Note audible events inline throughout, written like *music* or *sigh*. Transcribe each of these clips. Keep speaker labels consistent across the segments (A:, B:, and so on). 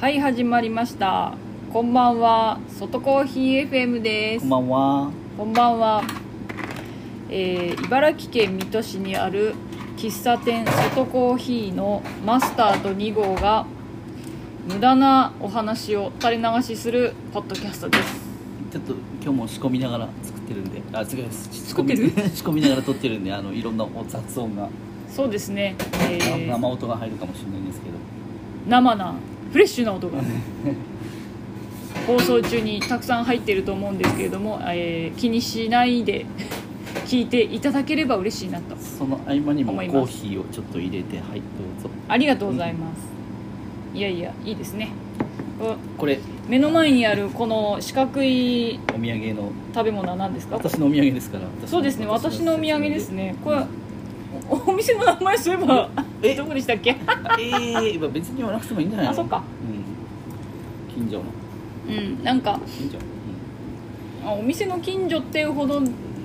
A: はい始まりましたこんばんは外コーヒー FM です
B: こんばんは。
A: こんばんは、えー茨城県水戸市にある喫茶店外コーヒーのマスターと2号が無駄なお話を垂れ流しするポッドキャストです
B: ちょっと今日も仕込みながら作ってるんで、あ、違う仕
A: 作ってる
B: 仕込み *laughs* 仕込みながら撮ってるんで、あのいろんなお雑音が、
A: そうですね、えー
B: 生音が入るかもしれないんですけど、
A: 生なフレッシュな
B: *laughs*
A: 音が放送中にたくさん入ってると思うんですけれども、えー気にしないで *laughs* 聞いていただければ嬉しいなと
B: その合間にもコ
A: 思います
B: ーヒーをちょっと入れて、はいどうぞ。
A: ありがとうございますいやいやいいですねこ
B: これ
A: 目の前にあるこの四角い
B: お土産の
A: 食べ物は何ですか
B: 私のお土産ですから。私の
A: そうですね私のお土産です。ねこれおお店の名前そういえば
B: え
A: どこでしたっけ
B: 説明であええー、まあ別に言わなくてもいいんじゃないの？
A: あそっか。
B: うん。近所の
A: うんなんか
B: 近所。
A: あお店の近所っていうほど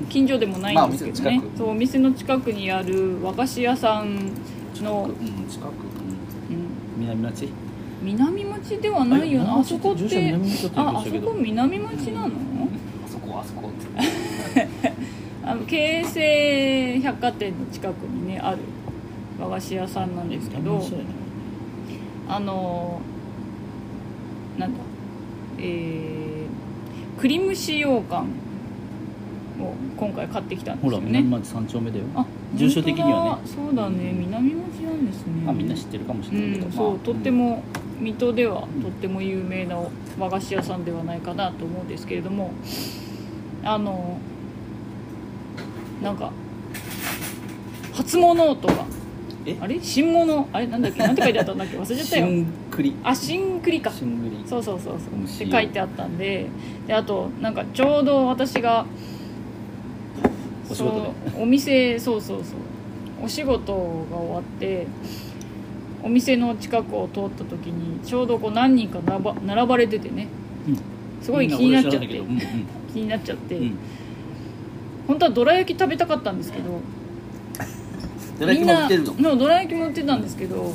A: 近所でもないんですけどね、そ
B: まあお店の近く
A: うお店の近くにある和菓子屋さんの、
B: うん。うん近く。うん
A: うん
B: 南町。
A: 南町ではないよなあそこっ
B: 住所南
A: て
B: 町って言い
A: あ
B: ま
A: あ
B: し
A: そ
B: たけど
A: こ南町なの、
B: あそこあそこって。
A: あの京成百貨店の近くにねある和菓子屋さんなんですけどあのなんだえー、栗蒸し羊羹を今回買ってきたんで
B: ほ
A: す
B: ら
A: よね
B: 南町三丁目だよ
A: あ
B: 住所的にはね
A: 本当だそうだね南町なんですね
B: まあみんな知ってるかもし
A: う
B: れないけど、
A: ん
B: まあ
A: そうとって、も水戸では
B: うん
A: とっても有名な和菓子屋さんではないかなと思うんですけれどもあのなんか初物とか
B: え
A: あれ新物あれなんだっけなんて書いてあったんだっけ忘れちゃった
B: し
A: よ
B: んくり
A: あ新栗か
B: しんぐり
A: そうそうそうそう
B: うん
A: って書いてあったんでであとなんかちょうど私が
B: お仕事で
A: そうお店そうそうそうお仕事が終わってお店の近くを通った時にちょうどこう何人か並ば並ばれててね、すごい気になっちゃって
B: みんな俺知らないけ
A: 気になっちゃって、
B: どうんうん
A: 本当はどら焼き食べたかったんですけど
B: うんどら焼きも売ってるの
A: みんなのどら焼きも売ってたんですけど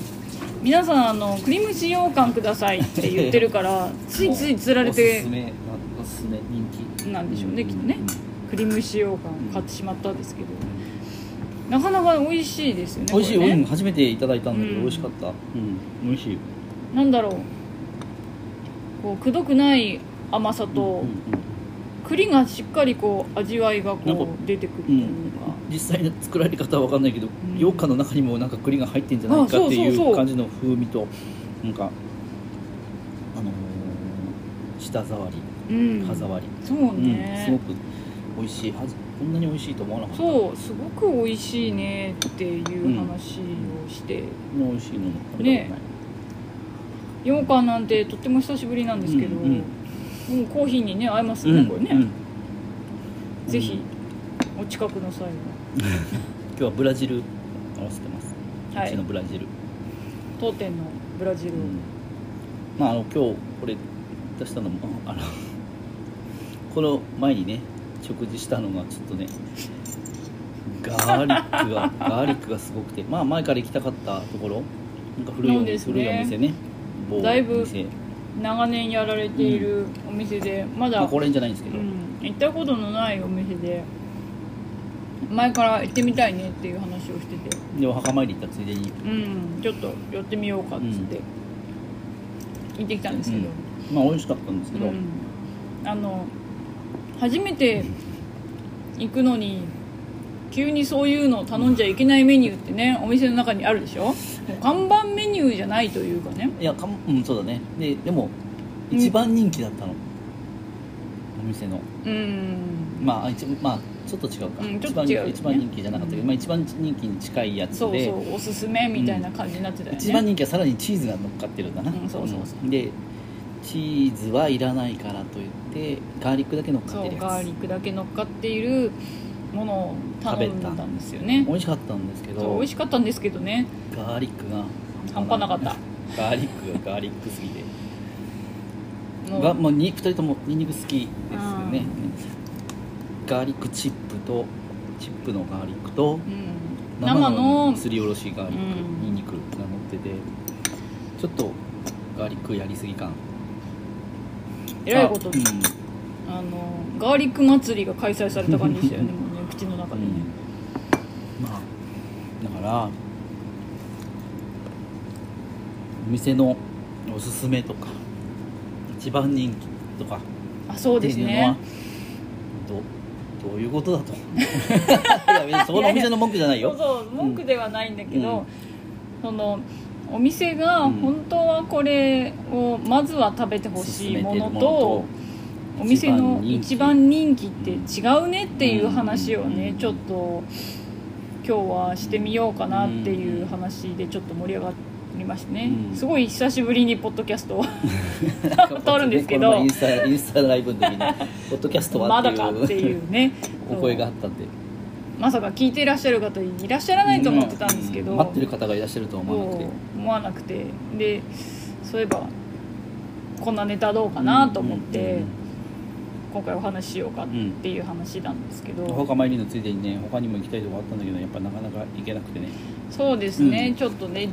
A: 皆さんあの「クリームシ羊羹ください」って言ってるからついついつられ
B: お
A: て
B: すすめなおすすめ人気
A: なんでしょうね
B: ん
A: きっとね
B: うん
A: 栗蒸し羊羹買ってしまったんですけどなかなか美味しいですよね
B: 美味しい、
A: これ
B: うん
A: ね
B: 初めていただいたんだけ
A: う
B: ど
A: ん
B: 美味しかった、うん、美味しい
A: なんだろうこうくどくない甘さと
B: うん
A: 栗がしっかりこう味わいが
B: なん
A: こ
B: か
A: う出てくるというか、
B: 実際の作られ方は分かんないけど、
A: ん
B: 羊羹の中にもなんか栗が入ってんじゃないかって
A: あそうそう
B: い
A: そう
B: う感じの風味となんかあのー舌触り
A: うん
B: 歯触り、
A: そう
B: うんすご
A: ね、
B: く美味しいはずこんなに美味しいと思わなかった
A: そうすごく美味しいねっていう話をして、
B: こんな美味しいのも食べたことない、
A: 羊羹なんてとっても久しぶりなんですけど、
B: うん
A: もうコーヒーにね合います
B: う
A: ね、
B: ん
A: これね、
B: うん
A: ぜひお近くの際は
B: 今日はブラジル合わせてます、
A: は
B: うちの
A: い
B: ブラジル、
A: 当店のブラジルを、
B: うんまああの今日これ出したのもあのこの前にね食事したのがちょっとねガーリックがガーリックがすごくてまあ前から行きたかったところなんか古いお
A: そう
B: 店、
A: ですね
B: 古いお店ね某
A: だいぶ
B: お店
A: 長年やられているお店で、まだ、
B: まあこれじゃないんですけ
A: う
B: ど、
A: ん、行ったことのないお店で前から行ってみたいねっていう話をしてて、
B: でお墓参り行ったついでに
A: うん、ちょっと寄ってみようかっつって、行ってきたんですけど、
B: まあ美味しかったんですけ
A: う
B: ど、
A: んあの初めて行くのに急にそういうのを頼んじゃいけないメニューってねお店の中にあるでしょもう看板メニューじゃないというかね
B: いやかんうんそうだねででも
A: うん
B: 一番人気だったの、お店の
A: うん
B: まあ一まあちょっと違うか、
A: うんちょっと違うよね
B: 一番人気一番人気じゃなかったけど、まあ、一番人気に近いやつ
A: そう
B: で
A: そうおすすめみたいな感じになってたよね、
B: 一番人気はさらにチーズが乗っかってるんだな、
A: うんそうそうそ
B: んでチーズはいらないからと言ってガーリックだけ乗っか
A: そ
B: ってる
A: う
B: やつ
A: ガーリックだけ乗っかっているものを頼んだんですよね
B: 美味しかったんですけ
A: そう美
B: ど
A: 味しかったんですけどね
B: ガーリックが
A: 半端なかった
B: ガーリックがガーリックすぎて
A: もう
B: が、まあ、に2人ともニンニク好きですよね、
A: う
B: ガーリックチップとチップのガーリックと
A: うん、生の
B: すりおろしガーリック、
A: うん
B: ニンニクが乗っててちょっとガーリックやりすぎ感
A: えらいこと
B: あ
A: にあのガーリック祭りが開催された感じでしたよねもうね口の中
B: う
A: で
B: ん、う
A: ね、
B: ん、まあだからお店のおすすめとか一番人気とか
A: あそう
B: って
A: で
B: い
A: す
B: うのは
A: ね
B: どどういうこ
A: *laughs*
B: とだといや別にそこのお店の文句じゃない
A: そう
B: よ
A: そう文句ではないんだけど、そのお店が
B: うん
A: 本当はこれをまずは食べてほしいものと,、お店の一番人気って違うねっていう話をね、
B: うん
A: ちょっと今日はしてみようかなっていう話でちょっと盛り上がりましたね、
B: うん
A: すごい久しぶりにポッドキャストを
B: *laughs* と
A: *laughs* 通るんですけど
B: インスタインスタライブの時
A: *laughs*
B: に「ポッドキャストは」
A: まだかって
B: い
A: いううね
B: *laughs* お声があったんで
A: まさか聞いていらっしゃる方いらっしゃらないと思ってたんですけど、
B: う待ってる方がいらっしゃるとは思わなくて
A: そう思わなくてでそういえばこんなネタどうかなと思って、今回お話ししようかっていう話なんですけど、
B: お墓参りのついでにね他にも行きたいとこあったんだけどやっぱなかなか行けなくてね
A: そうですね、
B: うん
A: ちょっとね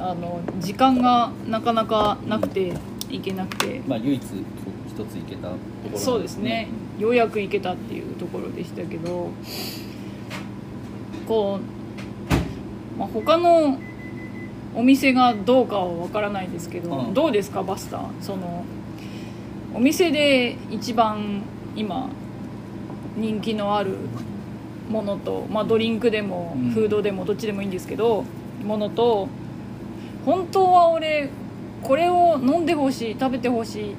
A: あの時間がなかなかなくて行けなくて、
B: まあ唯一一つ行けたところ
A: そうですねようやく行けたっていうところでしたけどこう、まあ、他のお店がどうかは分からないですけど、
B: うん
A: どうですかバスターそのお店で一番今人気のあるものと、まあ、ドリンクでも
B: うん
A: フードでもどっちでもいいんですけど、ものと本当は俺これを飲んでほしい食べてほしい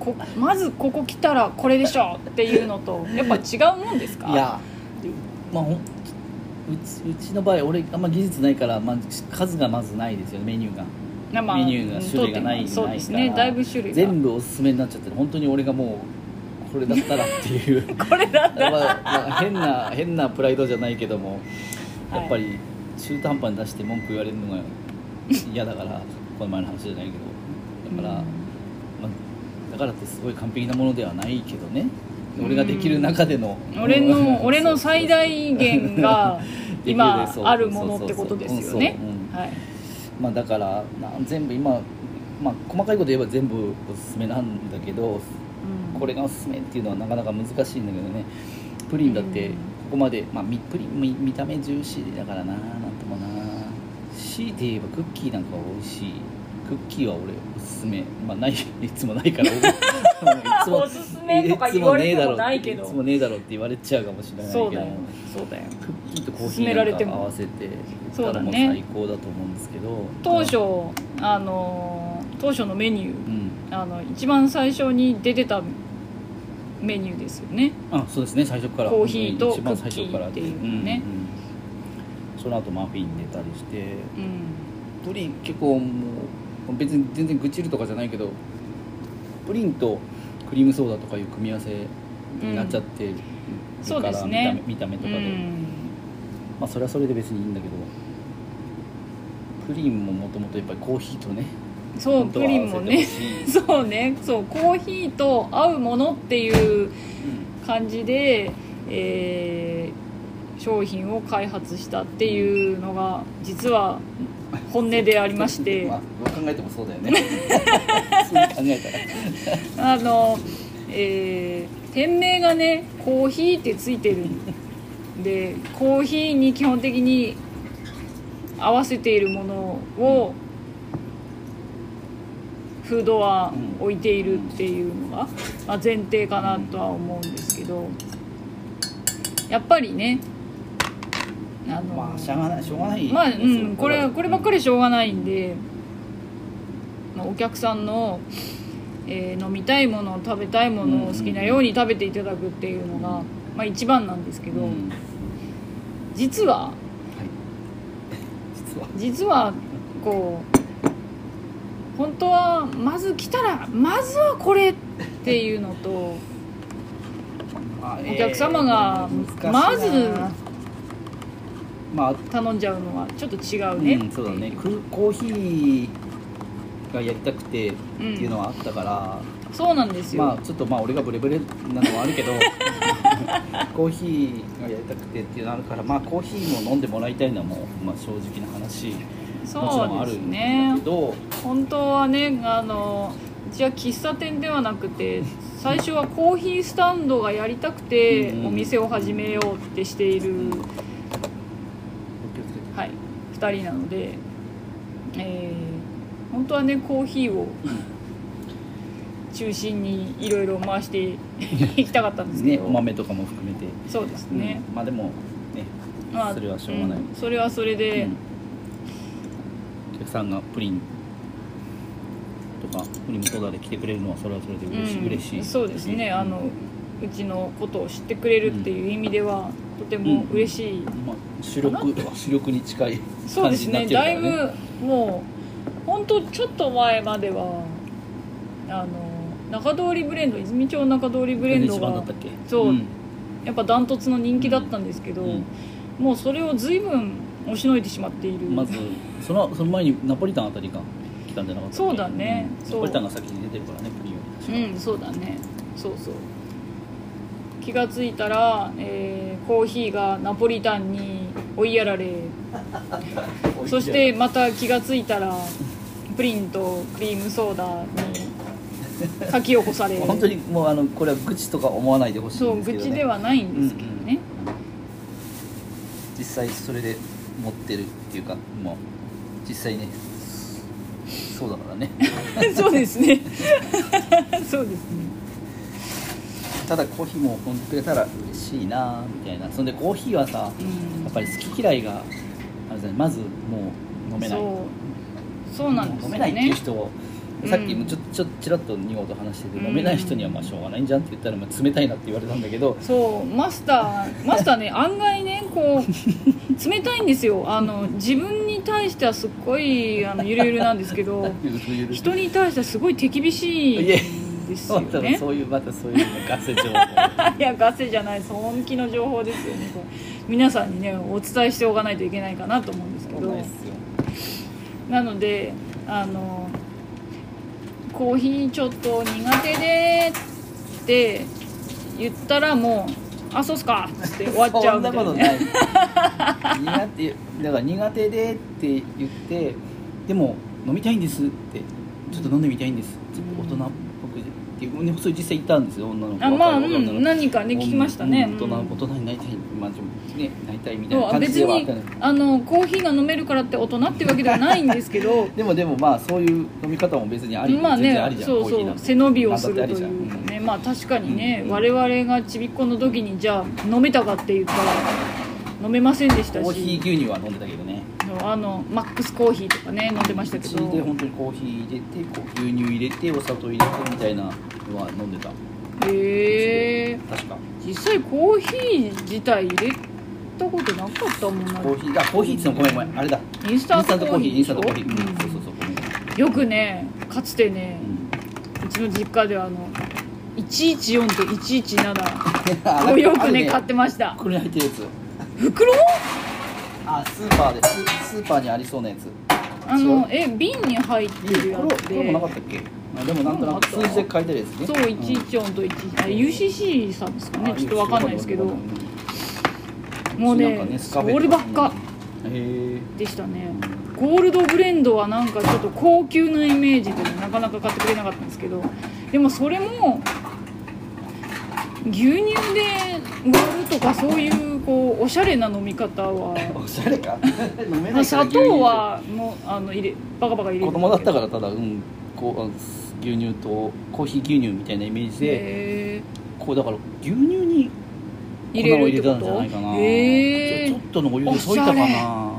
A: こまずここ来たらこれでしょっていうのとやっぱ違うもんですか
B: いやまあほんうちうちの場合俺あんま技術ないから、まあ、数がまずないですよねメニューが
A: なまあ
B: メニューが種類がない
A: うん当店そうです
B: ない
A: ね
B: から
A: だいぶ種類が
B: 全部おすすめになっちゃってる本当に俺がもうこれだったらって
A: *laughs*
B: いう
A: これだ
B: まあ、まあ変な変なプライドじゃないけどもやっぱり中途半端に出して文句言われるのが嫌だからこの前の話じゃないけどだから、
A: うん
B: まあ、だからってすごい完璧なものではないけどね俺ができる中での、
A: 俺の俺の最
B: 大
A: 大限
B: *laughs*
A: が今あるものってことですよねはい
B: まあ、だからな全部今、まあ、細かいこと言えば全部おすすめなんだけど
A: うん
B: これがおすすめっていうのはなかなか難しいんだけどねプリンだって
A: うん
B: ここまで、まあ、みプリン見見た目ジューシーだからななんともな強いて言えばクッキーなんかは美味しいクッキーは俺おすすめまあないいつもないから
A: *laughs*
B: いつ
A: おすすめとか言われてもないけど
B: いつもねえだろうって言われちゃうかもしれないけど
A: そうだよそうだよ
B: クッキーとコーヒ
A: 勧められ
B: ー
A: て
B: なん
A: も
B: か合わせて
A: そうだね
B: も最高だと思うんですけど
A: 当初あのー当初のメニュー
B: うん
A: あの一番最初に出てたメニューですよね
B: あそうですね最初から
A: コーヒーと
B: 一番最初から
A: クッキーっていうね
B: んうんその後マフィン出たりして
A: うん
B: プリン結構もう別に全然愚痴るとかじゃないけどプリンとクリームソーダとかいう組み合わせになっちゃってるか
A: そう
B: ら、
A: ですね
B: 見た目見た目とかで、
A: うん
B: まあそれはそれで別にいいんだけどプリンももともとやっぱりコーヒーとね
A: そう
B: 本当
A: プ
B: は
A: リンも
B: 合わせてほ
A: ね
B: しい
A: そうねそうコーヒーと合うものっていう感じで、えー商品を開発したっていうのが実は本音でありまして
B: *laughs* まあ、どう考えてもそうだよね *laughs* そう考えたら
A: あの、えー店名がね「コーヒー」ってついてるんでコーヒーに基本的に合わせているものをフードは置いているっていうのが、まあ、前提かなとは思うんですけどやっぱりねあの
B: まあしゃがないしょうがない
A: まあ、う
B: ですよ
A: ん、これこればっかりしょうがないんで、まあ、お客さんの、えー飲みたいもの食べたいものを好きなように食べていただくっていうのが、まあ、一番なんですけど、 *laughs*
B: うん
A: 実は
B: はい実は
A: 実はこう本当はまず来たらまずはこれっていうの
B: *laughs*
A: とお客様がまず
B: まあ、
A: 頼んじゃうのはちょっと違
B: う
A: うんね、
B: そうだねクコーヒーがやりたくてっていうのはあったから、
A: そうなんですよ、
B: まあちょっとまあ俺がブレブレなのはあるけ
A: *laughs*
B: どコーヒーがやりたくてっていうのはあるからまあコーヒーも飲んでもらいたいのはもう、まあ、正直な話もちろん
A: そ
B: あ
A: うで
B: る
A: す
B: ん
A: ね
B: だけど、
A: 本当はねあのじゃあ喫茶店ではなくて最初はコーヒースタンドがやりたくて
B: うん
A: お店を始めようってしている、
B: お気をつけて
A: はい、2人なので、えー本当はねコーヒー
B: *laughs*
A: を中心にいろいろ回していきたかったんですけ
B: ね、
A: ど、
B: お豆とかも含めて、
A: そうですね、
B: うんまあでもね、
A: まあ
B: それはしょうがない
A: んそれはそれで、
B: うんお客さんがプリンとかプリンもソーダで来てくれるのはそれはそれで嬉しい、
A: うん
B: 嬉しい
A: そうですねあのうちのことを知ってくれるっていう意味では、とても嬉しい、
B: まあ、主力主力に近い
A: そう
B: 感
A: で
B: じ
A: す
B: になっ
A: ね
B: てるから
A: だ
B: ね
A: いぶもう本当ちょっと前まではあの中通りブレンド泉町中通りブレンド
B: 一番だ
A: が
B: ったっけ
A: そうんやっぱダントツの人気だったんですけど、
B: うん
A: もうそれを随分押しのいてしまっている、
B: まずそのその前にナポリタンあたりが来たんじゃなかったっけ
A: そうだね
B: ん
A: そう
B: ナポリタンが先に出てるからねプリンより確か
A: うんそうだねそうそう気がついたら、えーコーヒーがナポリタンに追いやられそしてまた気がついたらプリンとクリームソーダに書き起こされ
B: *laughs* 本当にもうあのこれは愚痴とか思わないでほしい
A: そ
B: ん
A: う
B: ですけ
A: 愚
B: ど、ね、
A: 痴ではないんですけどね、
B: 実際それで持ってるっていうかもう実際ねそうだから
A: *laughs*
B: ね
A: そうですね *laughs* そうですね
B: ただコーヒーも本当にただ嬉しいなみたいなそんでコーヒーはさ
A: うん
B: やっぱり好き嫌いがあるじゃないまずもう飲めない
A: そうそうなんですよ
B: 飲
A: ね
B: めないっていう人を
A: うん
B: さっきもちょちょちらっと2号と話してて、
A: うん
B: 飲めない人にはまあしょうがないんじゃんって言ったら、まあ、冷たいなって言われたんだけど
A: そうマスターマスターね *laughs* 案外ねこう冷たいんですよあの自分に対してはすっごいあのゆるゆるなんですけ
B: *laughs*
A: ど
B: ゆるゆ
A: *laughs*
B: る
A: 人に対してはすごい手厳しいんですよ
B: そう多分
A: ね
B: そういうまたそういうガセ情
A: *laughs*
B: 報
A: いやガセじゃないです本気の情報ですよねこれ皆さんにねお伝えしておかないといけないかなと思うんですけ
B: そう
A: ど
B: ないっすよ
A: なのであのコーヒーちょっと苦手でって言ったらもう「あそうっすか」っつって終わっちゃうみたいな
B: そんなことない苦手だから苦手でって言ってでも飲みたいんですってちょっと飲んでみたいんですちょっと大人っぽくっていうねそういう実際いたんですよ女の子
A: あまあ、う
B: 若い女の子
A: ん、何かね聞きましたね
B: うん大
A: う
B: 人
A: ん
B: 大人になりたいまあでもねなりたいみた
A: そ
B: いな
A: うあ
B: 感
A: 別
B: じではあっ
A: に
B: たの
A: あのコーヒーが飲めるからって大人っていうわけではないんですけど
B: でもでもまあそういう飲み方も別にあり、
A: まあ
B: 全然あり
A: ね
B: じゃん
A: そう
B: コーヒ
A: そ
B: ーな
A: うん
B: て
A: 背伸びをすると
B: なんだって
A: い
B: あり
A: う
B: じ
A: か
B: ゃん
A: ねまあ確かにね、
B: うん
A: 我々がちびっ子の時にじゃあ飲めたかって言ったら飲めませんでし
B: コ
A: た
B: ーヒー
A: し
B: 牛乳は飲んでたけどね
A: そうあのマックスコーヒーとかね飲んでましたけど
B: うちで本当にコーヒー入れてこう牛乳入れてお砂糖入れてみたいなのは飲んでた
A: へえ
B: 確か
A: 実際コーヒー自体入れたことなかったもんな
B: コーヒーあコーヒーってのごめんごめんあれだ
A: インス
B: イン
A: タ
B: スタ
A: ン
B: ン
A: ト
B: ト
A: コ
B: コ
A: ー
B: ー
A: ヒーで
B: ヒーイン
A: し
B: ス
A: ょ
B: タントコーヒー、うん、そうそうそうごめんごめん
A: よくねかつてね、うちの実家ではあの114と117
B: うん
A: をよくね
B: あ
A: 買ってました
B: これに入ってるやつ
A: 袋
B: あスーパーでススーパーにありそうなやつ
A: あのえ瓶に入ってる
B: いい
A: や
B: これ
A: つ
B: これもなかっ
A: で
B: たっけあでもなんとなく
A: これもあった
B: 数字で書いてるやつね
A: そう114と1あ
B: うん
A: UCC さんですかねちょっとわかんないですけどもう
B: なんか
A: ね
B: ス
A: そ
B: カフェとか
A: ればっか
B: へえ *laughs*
A: でしたねゴールドブレンドはなんかちょっと高級なイメージでなかなか買ってくれなかったんですけどでもそれも牛乳で割るとかそういうこうおしゃれな飲み方は
B: おしゃれか飲
A: ま
B: め
A: あ、
B: ないから
A: 砂
B: 牛乳入れ
A: 糖
B: て
A: はもうあの入れバカバカ入れ
B: 子
A: る
B: 供だったからただうんこうあ牛乳とコーヒー牛乳みたいなイメージで
A: へ
B: こうだから牛乳に
A: ー入れるってこ
B: 粉を入れたんじゃないかな
A: とへえ
B: ちょちょっとのお湯で溶いたかな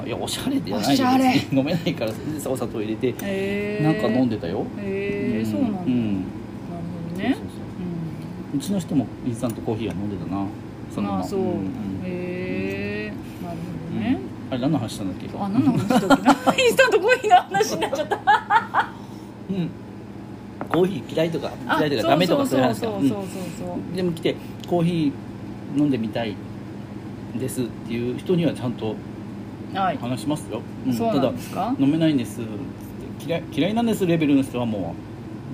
B: いやおしゃれではない
A: おしゃれ
B: 別に *laughs* 飲めないからそれでお砂糖入れて
A: へえ
B: なんか飲ん
A: で
B: でたよ
A: へえそうなんだ、な
B: う
A: る
B: ん
A: ほど
B: そう
A: ね
B: そうそううちの人もインスタントコーヒーは飲んでたな
A: う
B: そ
A: ん
B: のま
A: まあ
B: ま
A: そう、
B: んん
A: へえなるほど
B: うん
A: ね、
B: あれ何の話したんだっけ
A: あ何の話したっけなインスタントコーヒーの話になっちゃった
B: うんコーヒー嫌いとか
A: あ
B: 嫌いとかダメとかそういう話
A: そう
B: か
A: そうそうそう
B: うんでも来てコーヒー飲んでみたいですっていう人にはちゃんと
A: そうはい、
B: 話しますよ、うん
A: そう
B: た
A: な
B: だ
A: んですか
B: 飲めないんです嫌い嫌いなんですレベルの人はも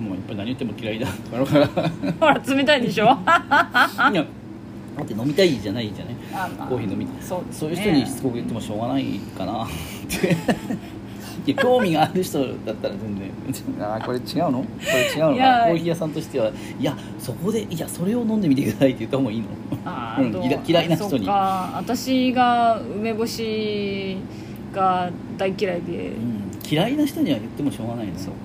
B: うもうやっぱり何言っても嫌いだだから
A: ほら冷たいでしょ *laughs* あ
B: *laughs* いやだって飲みたいじゃないじゃない
A: まあ
B: コーヒー飲みたい
A: そうですね
B: そういう人にしつこく言ってもしょうがないかなっていや興味がある人だったら全然あーこれ違うのこれ違うの
A: い
B: か
A: や
B: なコーヒー屋さんとしてはいやそこでいやそれを飲んでみてくださいって言った方がいいの
A: あ
B: うん
A: ーどう
B: 嫌嫌いな人に
A: そっか私が梅干しが大嫌いで
B: うん嫌いな人には言ってもしょうがないの
A: そうか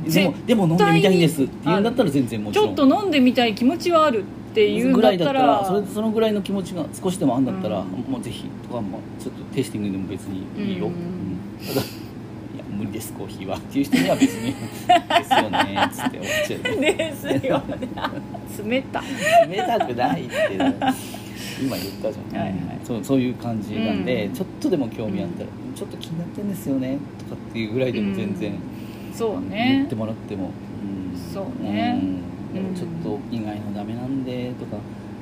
B: うん、で
A: 絶
B: もでも飲んでみたいんですって言うんだったら全然もち
A: ち
B: ろ
A: ょっ
B: ん
A: と飲んでみたい気持ちはあるっていうん
B: ぐ
A: だ
B: ら
A: っ
B: いだったた
A: ら
B: らそれそのぐらいの気持ちが少しでもあんだったら、
A: うん
B: もうぜひとかもちょっとテイスティングでも別にいいよ、
A: うん
B: うんただいや無理ですコーヒーはっていう人には別
A: *laughs*
B: にですよねっつって思っちゃうね
A: です *laughs* よね冷た
B: 冷たくないって今言ったじゃん、
A: はいはい
B: そうそういう感じなんで、
A: うん
B: ちょっとでも興味あったら、ちょっと気になってんですよねとかっていうぐらいでも全然
A: そう
B: 言
A: ね
B: ってもらっても、うん
A: そうね
B: うん
A: うん
B: ちょっと意外のダメなんでとか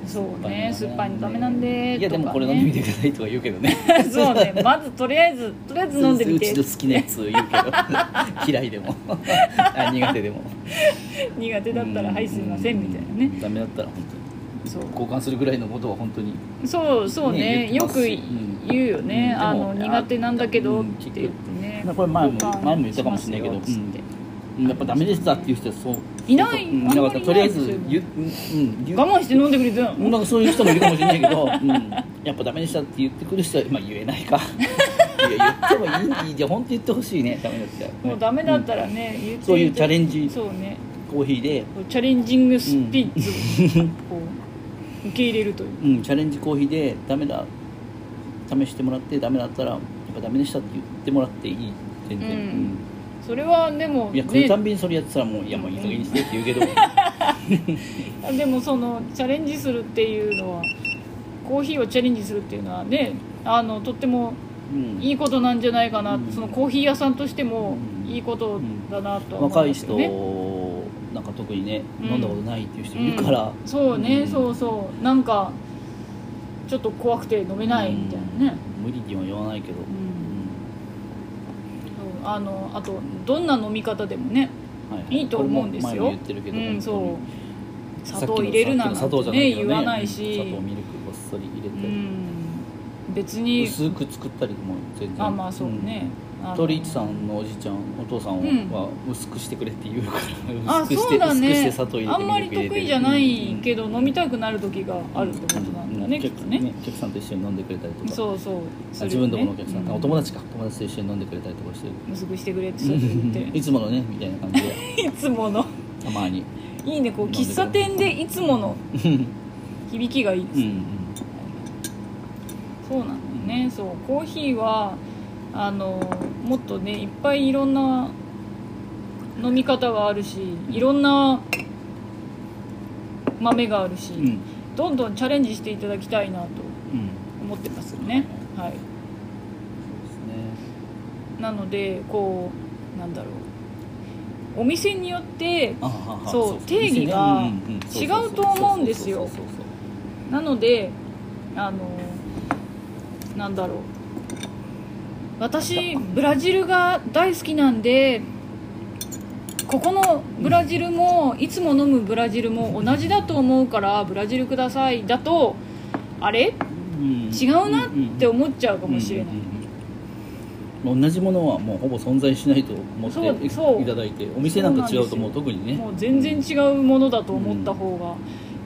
A: そうね酸っぱいのダメなんで
B: いやでもこれ飲んでみてくださいとは言うけどね
A: *laughs* そうねまずとりあえずとりあえず飲んでみて
B: うちの好きなやつを言うけど *laughs* 嫌いでも *laughs* あ苦手でも
A: 苦手だったら「はいすいません」みたいな
B: う
A: ね
B: んダメだったら本当に
A: そう
B: 交換するぐらいのことは本当に
A: そうそうね
B: ね言
A: よ
B: ってます
A: く
B: し
A: 言うよね、
B: うん
A: あの
B: でも
A: 苦手なんだけどっ
B: うん
A: て言ってね、
B: まあこれ前も
A: 交換
B: 前も言ったかもしれないけど
A: しますよっつって
B: やっぱダメでしたっていう人はそう
A: いない
B: う
A: あ
B: ん
A: んまりいない
B: んかとりあえず
A: そういうの
B: 言ううん言う
A: 我慢して飲んでくれてん
B: なんかそういう人もいるかもしれないけど、うん、やっぱダメでしたって言ってくる人は、まあ、言え
A: *laughs*
B: ないかいや言ってもいいいいじゃあ本当言ってほしいねダメだったら
A: もうダメだった
B: ら、
A: らね、言っ
B: うん
A: て
B: そういうチャレンジ
A: そうね
B: コーヒーで、
A: チャレンジングスピリッツをこう受け入れるという
B: うん、チャレンジコーヒーでダメだ試してもらってダメだったらやっぱダメでしたって言ってもらっていい全然、
A: う
B: うんん
A: それはでも
B: いや
A: ね
B: 来るたんびにそれやってたらもういやもういい加減にしてって言うけど、
A: *laughs* でもそのチャレンジするっていうのはコーヒーをチャレンジするっていうのはねあのとっても
B: うん
A: いいことなんじゃないかな、
B: うん
A: そのコーヒー屋さんとしても
B: うん
A: いいことだなとは思
B: 若
A: い
B: い
A: ます
B: 人
A: よね、
B: なんか特にね、
A: うん
B: 飲んだことないっていう人いるから、
A: うんそうね、
B: うん
A: そうそうなんかちょっと怖くて飲めないみたいなね、
B: うん無理には言わないけど、
A: うん
B: うん
A: そうあのあとどんな飲み方でもね
B: はいはい
A: いと思うんですよ
B: これも前も言ってるけど、
A: うん、
B: 本
A: そう
B: 当に
A: 砂糖入れるなん
B: さっき
A: て
B: の砂糖じゃ
A: ね
B: けど
A: 言わないし、
B: うん砂糖ミルクごっそり入れ
A: う
B: て、
A: ん、別に
B: 薄く作ったりも全然
A: あまあそうね、あの
B: 鳥市さんのおじいちゃんお父さん
A: うん
B: は薄くしてくれって言うか
A: あ
B: ら、薄くして
A: そうだね
B: 薄くして砂糖入れ
A: あ
B: て
A: んまり得意じゃないけど飲みたくなる時があるってことなんだね、きっとね
B: ねお客さんと一緒に飲んでくれたりとか
A: そうそう
B: あ
A: する
B: 自
A: よね
B: 分どこのお客さん、あお
A: う
B: 友達か友達と一緒に飲んでくれたりとかしてる
A: ん薄くしてくれってそう言って
B: いつも
A: *laughs*
B: のねみたいな感じで
A: いつもの
B: たまに
A: いいねこう喫茶店でいつもの
B: うん
A: 響きがいいです、
B: *laughs* う
A: ね
B: ん
A: そうなんだよねそうコーヒーはあのもっとねいっぱいいろんな飲み方があるしいろんな豆があるし、
B: うん
A: どんどんチャレンジしていただきたいなと
B: うん
A: 思ってますよねはい
B: です
A: なのでこうなんだろうお店によって
B: ね
A: そう定義が違うと思うんですよなのであのなんだろう私ブラジルが大好きなんでここのブラジルもいつも飲むブラジルも同じだと思うからブラジルくださいだとあれ違
B: 違
A: うなって
B: う
A: 思っちゃうかもしれない、
B: んうんうん同じものはもうほぼ存在しないと思って
A: そうそう
B: いただいてお店なんか違うともう
A: そう
B: 特にね
A: もう全然違うものだと思った方が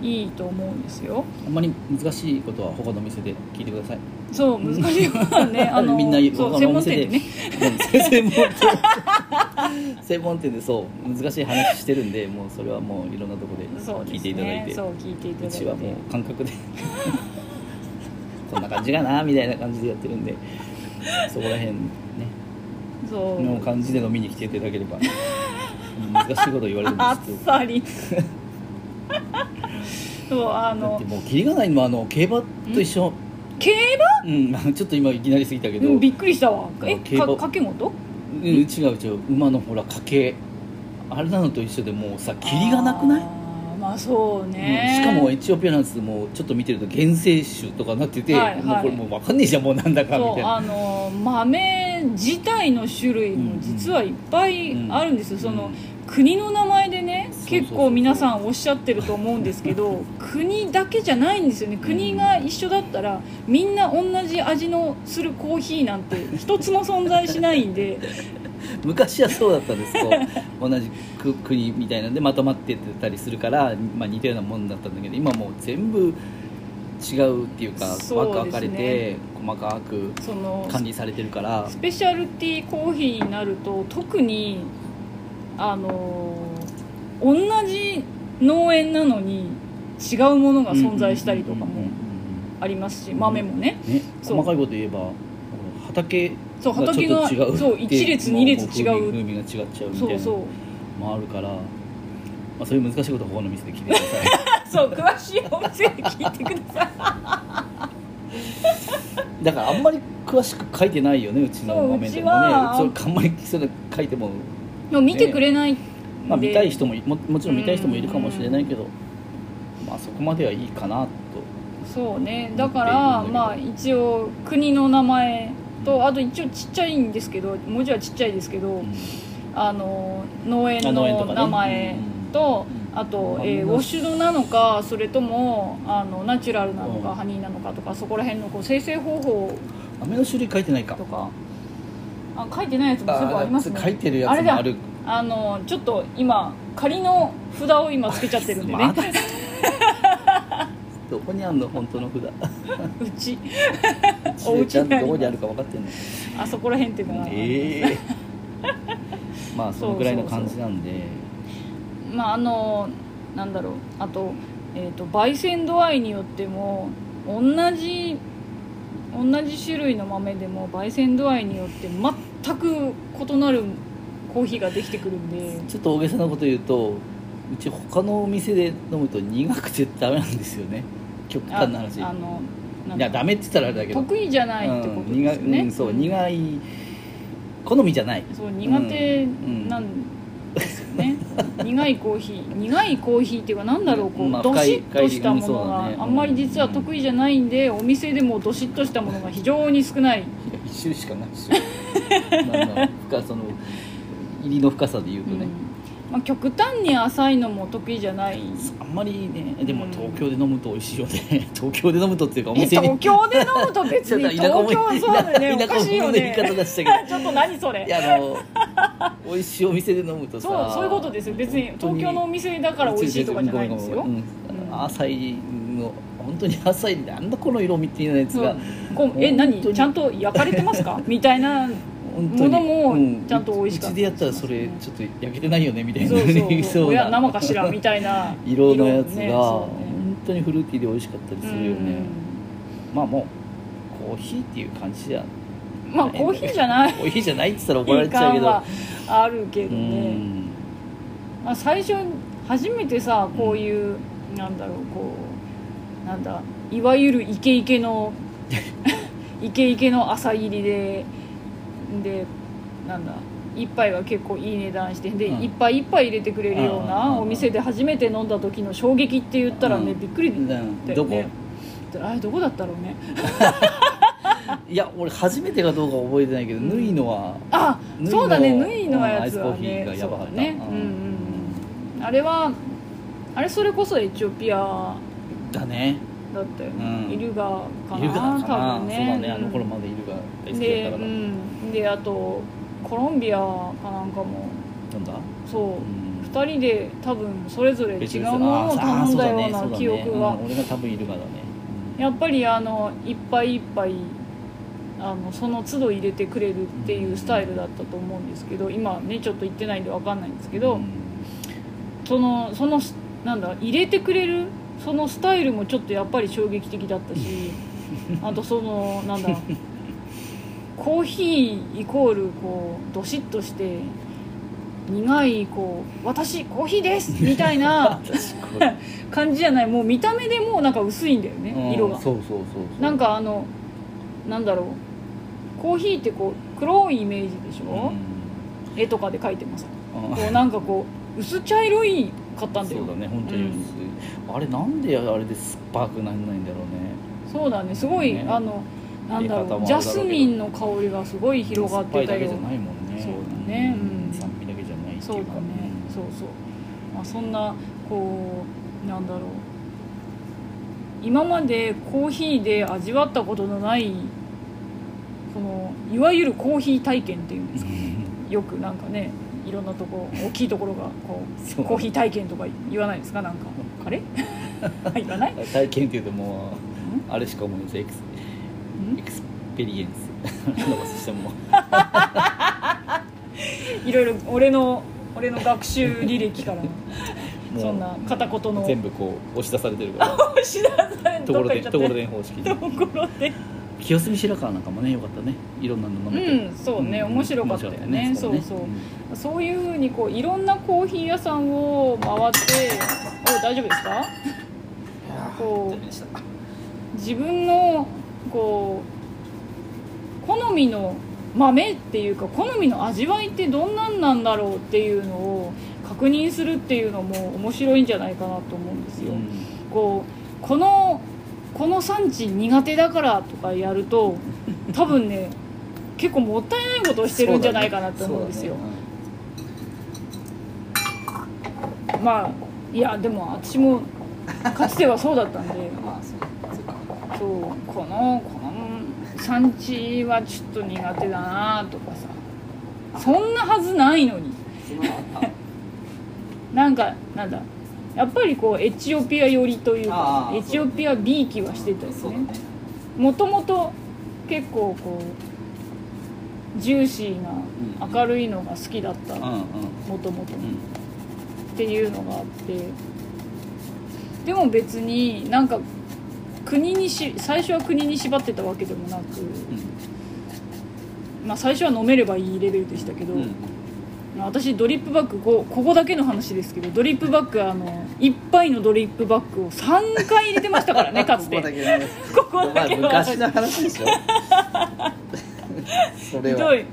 A: いいと思うんですよ
B: あんまり難しいことは他の店で聞いてください
A: そう難しいこと
B: *laughs*
A: はねあの
B: みんな
A: そう
B: 他
A: 専
B: のお
A: 門
B: 店
A: 店で
B: で
A: ね
B: うん専門店 *laughs* 専門店でそう難しい話してるんでもうそれはもういろんなとこで
A: そう
B: 聞
A: で
B: い
A: す
B: ていただい
A: ね
B: て
A: そう聞いていただい
B: う
A: て
B: ちはもう感覚で *laughs* こんな感じかなみたいな感じでやってるんでそこら辺ね
A: そう
B: の感じで飲みに来ていただければ難しいこと言われても
A: あ
B: ちょっ
A: っ
B: と
A: さ
B: *laughs*
A: りそうあ
B: だっ
A: の
B: てもうキリがないのはあの競馬と一緒
A: 競
B: うん、まあちょっと今いきなりすぎたけ
A: 馬
B: ど、
A: う
B: うんん、
A: びっくりしたわ
B: あの
A: え
B: 競
A: か
B: 馬
A: 掛け事
B: 違う違う馬のほら家系あれなのと一緒でもうさキリがなくない
A: あーまあそう
B: うん
A: ね
B: しかもエチオピアなんですもうちょっと見てると原生種とかなってて、
A: はいはい
B: もうこれもう分かんねえじゃんもうなんだかみ
A: そ
B: た
A: う
B: いな
A: あの豆自体の種類も実はいっぱいあるんですよ、その国の名前でね
B: そうそうそう
A: 結構皆さんおっしゃってると思うんですけ
B: *laughs*
A: ど国だけじゃないんですよね国が一緒だったらみんな同じ味のするコーヒーなんて一つも存在しないん
B: *laughs*
A: で
B: 昔はそうだったんですこう *laughs* 同じく国みたいなんでまとまってたりするから、まあ、似たようなもんだったんだけど今もう全部違うっていうか
A: そうですね
B: 分か分かれて細かく
A: その
B: 管理されてるから
A: スペシャルティーコーヒーになると特にあの同じ農園なのに違うものが存在したりとか
B: うんうん
A: も
B: うんうん
A: ありますし豆もね
B: うんね
A: そう
B: 細かいこと言えば畑がち
A: そ
B: ょ
A: う
B: っと
A: 畑が
B: 違うって
A: そう一列二列違
B: も
A: う
B: も風味風味が違っちゃうみた
A: そ
B: いうな
A: そう
B: の *laughs* もあるから、まあ、そういう難しいことは他の店で聞いてください
A: そう詳しいお店で聞いてください
B: だからあんまり詳しく書いてないよねうちの
A: そう
B: 豆で
A: うち
B: もね
A: は
B: そうあんまりそれ書いても、
A: もう見てくれないんで、
B: まあ、見たい人もいももちろん見たい人もいるかもしれないけど、まあ、そこまではいいかなと
A: そうねだから
B: 見ているんだけど
A: まあ一応国の名前とあと一応ちっちゃいんですけど文字はちっちゃいですけど、あの農園
B: あ農園
A: の
B: とかね
A: 名前と
B: うんうん
A: あと、えー
B: うん
A: ウォッシュドなのかそれともあのナチュラルなの
B: う
A: か
B: ん
A: ハニーなのかとかそこら辺のこう生成方法
B: 豆の種類書いてないか
A: とかあ書いてないやつもすぐありますね
B: 書いてるやつもある
A: あのちょっと今仮の札を今つけちゃってるんでね、
B: *laughs* まだどこにあんの本当の札
A: うち *laughs* お
B: お
A: 家
B: ちゃん
A: にあります
B: とどこにあるか分かってん
A: *laughs*
B: の
A: あそこら辺っていうかな、
B: ええ *laughs* まあそのぐらいの感じなんで
A: まああのなんだろうあと,、えー、と焙煎度合いによっても同じ同じ種類の豆でも焙煎度合いによって全く異なるコーヒーができてくるんで
B: ちょっと大げさなこと言うとうち他のお店で飲むと苦くてダメなんですよね極端な話
A: あのなん
B: い
A: だ
B: やダメって言ったらあれだけど
A: 得意じゃないってことですよね、
B: うん苦いうんそう苦い好みじゃない
A: そう苦手
B: うん
A: なんですよね、苦いコーヒー苦いコーヒーっていうかなんだろうこう、
B: まあ
A: ど
B: 深
A: し
B: い
A: っとしたも
B: 深
A: の
B: 入りが
A: が、
B: ねそうだね
A: あんまり実は得意じゃないんで、お店でもどしっとしたものが非常に少ない
B: いや一周しかないし *laughs* なんだろう深その入りの深さで言うとね、
A: うんまあ、極端に浅いのも得意じゃない
B: あんまりねでも
A: うん
B: 東京で飲むと美味しいよね *laughs* 東京で飲むとっていうかお
A: え
B: 店に *laughs*
A: 東京で飲むと別に東京そうだねお
B: 田舎
A: かしいよ
B: の言い
A: ね
B: 方出したけど
A: ちょっと何それ
B: いやあの美味しいお店で飲むとさ
A: そうそういうことですよ別に
B: 本当
A: 東京のお店だから美味しいとかじゃないんですよ
B: うん
A: うん
B: 浅いの本当に浅いなんだこの色味っていうようなやつ
A: そ
B: が、
A: うこうえ何
B: 本当に
A: ちゃんと焼かれてますかみたいな
B: 本当
A: も
B: に
A: のも
B: うん
A: ちゃんと美味しかった
B: うちでやったらそれちょっと焼けてないよねみたいな *laughs*
A: そうそう
B: そう
A: 親
B: な
A: 生かしらみたいな
B: *laughs* 色のやつ
A: ね
B: が、
A: そうね
B: 本当にフルーティーで美味しかったりするよね、まあもうコーヒーっていう感じじゃ
A: うんまあコーヒーじゃない
B: コーヒーじゃないって言ったら怒ら
A: い
B: れ
A: い
B: ちゃうけ
A: 感
B: ど
A: はあるけ
B: う
A: どね、
B: ん
A: まあ、最初初めてさこういう、なんだろうこうなんだいわゆるイケイケ
B: *laughs*
A: のイケイケの朝入りででなんだ一杯は結構いい値段してで、
B: うん
A: 一杯一杯入れてくれるよう
B: うんうんうん
A: な
B: うん
A: お店で初めて飲んだ時の衝撃って言ったらね、
B: うん
A: びっくりだよ
B: うん
A: ね
B: どこ
A: あれどこだったろうね
B: いや俺初めてかどうか覚えてないけど、
A: うん
B: 縫いのは
A: あ
B: 縫いの
A: そうだね縫いのやつ
B: うんアイスコ
A: は
B: ーヒー
A: ね
B: がやばかった
A: そうだね
B: う
A: うんんうんうんあれはあれそれこそエチオピア
B: だね
A: だったよ
B: うん
A: ねイルガか
B: イルガ
A: な
B: かな
A: 多分ね
B: そうだねあの頃
A: も
B: までイルガ大好きだ
A: で
B: ったから、
A: うんであとコロンビアかなんかも
B: なんだ、
A: そううん2人で多分それぞれ違う
B: あ
A: ものを
B: あ
A: 頼んだよう
B: そ
A: な
B: だね
A: 記
B: そうだね
A: 憶が
B: うん俺が多分イルガだね
A: やっぱりあのいっぱいいっぱいあのその都度入れてくれるっていうスタイルだったと思うんですけど今ねちょっと行ってないんで分かんないんですけ
B: け
A: ど、そのそのなんだ入れてくれるそのスタイルもちょっとやっぱり衝撃的だったしあとそのなん *laughs* だコーヒーイコールこうどしっとして苦いこう私コーヒーですみたい *laughs* な感じじゃないもう見た目でもうなんか薄いんだよね、色が
B: そうそうそうそう
A: なんかあのなんだろうコーヒーってこう黒いイメージでし
B: う
A: ょ、
B: ん
A: 絵とかで描いて
B: *laughs*
A: ます
B: あ
A: こうなんかこう薄茶色いかったんだ
B: そ
A: よ
B: うだね本当に、あれなんであれで酸っぱくならないんだろうね
A: そうだねすごい、
B: ね
A: あのなんだ
B: 入れ方
A: ろ
B: も
A: う
B: あ
A: ジャ
B: るだろうけど
A: スミンの香りがすごい広がって
B: 酸ぱい
A: た
B: だけ
A: よ
B: じゃないもんね
A: そうだねうん
B: 酸味だけじゃないって
A: そ
B: いうう
A: だ
B: か
A: ねそうそう、まあ、そんなこうなんだろう今までコーヒーで味わったことのないこのいわゆるコーヒー体験っていうんですかよくなんかねいろんなとこ大きいところがこ
B: そうう
A: コーヒー体験とか言わないですかなんかあれ *laughs* 言わないん
B: *laughs* 体験っていうともうあれしか思いませんエクスエクスペリエンスなんかそしても
A: いろいろ俺の俺の学習履歴から
B: *laughs* もう
A: そんな片言の *laughs*
B: 全部こう押し出されてるから
A: 押し出され
B: とこ
A: どっ
B: ろ
A: か行
B: で
A: っちゃっ
B: とこ
A: て
B: ろで方
A: *laughs*
B: 式
A: ところで
B: 清澄白河なんかもねよかったねいろんなの飲めて
A: うんそうね面白かったよね
B: 面白かった
A: そうそうんそういうふうにこういろんなコーヒー屋さんを回ってお大丈夫ですかこう
B: 大丈夫でした
A: 自分のこう好みの豆っていうか好みの味わいってどんなんなんだろうっていうのを確認するっていうのも面白いんじゃないかなと思うんですよ。
B: うん
A: こうこのこの産地苦手だからとかやると多分ね結構もったいないことをしてるんじゃないかなと思うんですよ。
B: そうだね
A: まあいやでも私もかつてはそうだったんで
B: *laughs* まあそうそうか
A: そうこのこの産地はちょっと苦手だなとかさそんなはずないのに
B: そのあ
A: *laughs* なんかなんだやっぱりこうエチオピア寄りというか
B: あー
A: エチオピア B 気はしてたよ
B: そうだ
A: ねもともと結構こうジューシーな
B: うん
A: 明るいのが好きだった
B: うんうん
A: もともと
B: うん
A: っていうのがあってでも別になんか国にし最初は国に縛ってたわけでもなく、まあ、最初は飲めればいいレベルでしたけど、
B: うんうん
A: まあ私ドリップバッグこここだけの話ですけどドリップバッグあの一杯のドリップバッグを3回入れてましたから
B: *laughs*
A: ねかつて
B: ここだけね
A: ここだけ
B: まあ
A: の
B: 昔
A: 話
B: の話でし *laughs* ょそれ
A: ひ
B: は
A: どい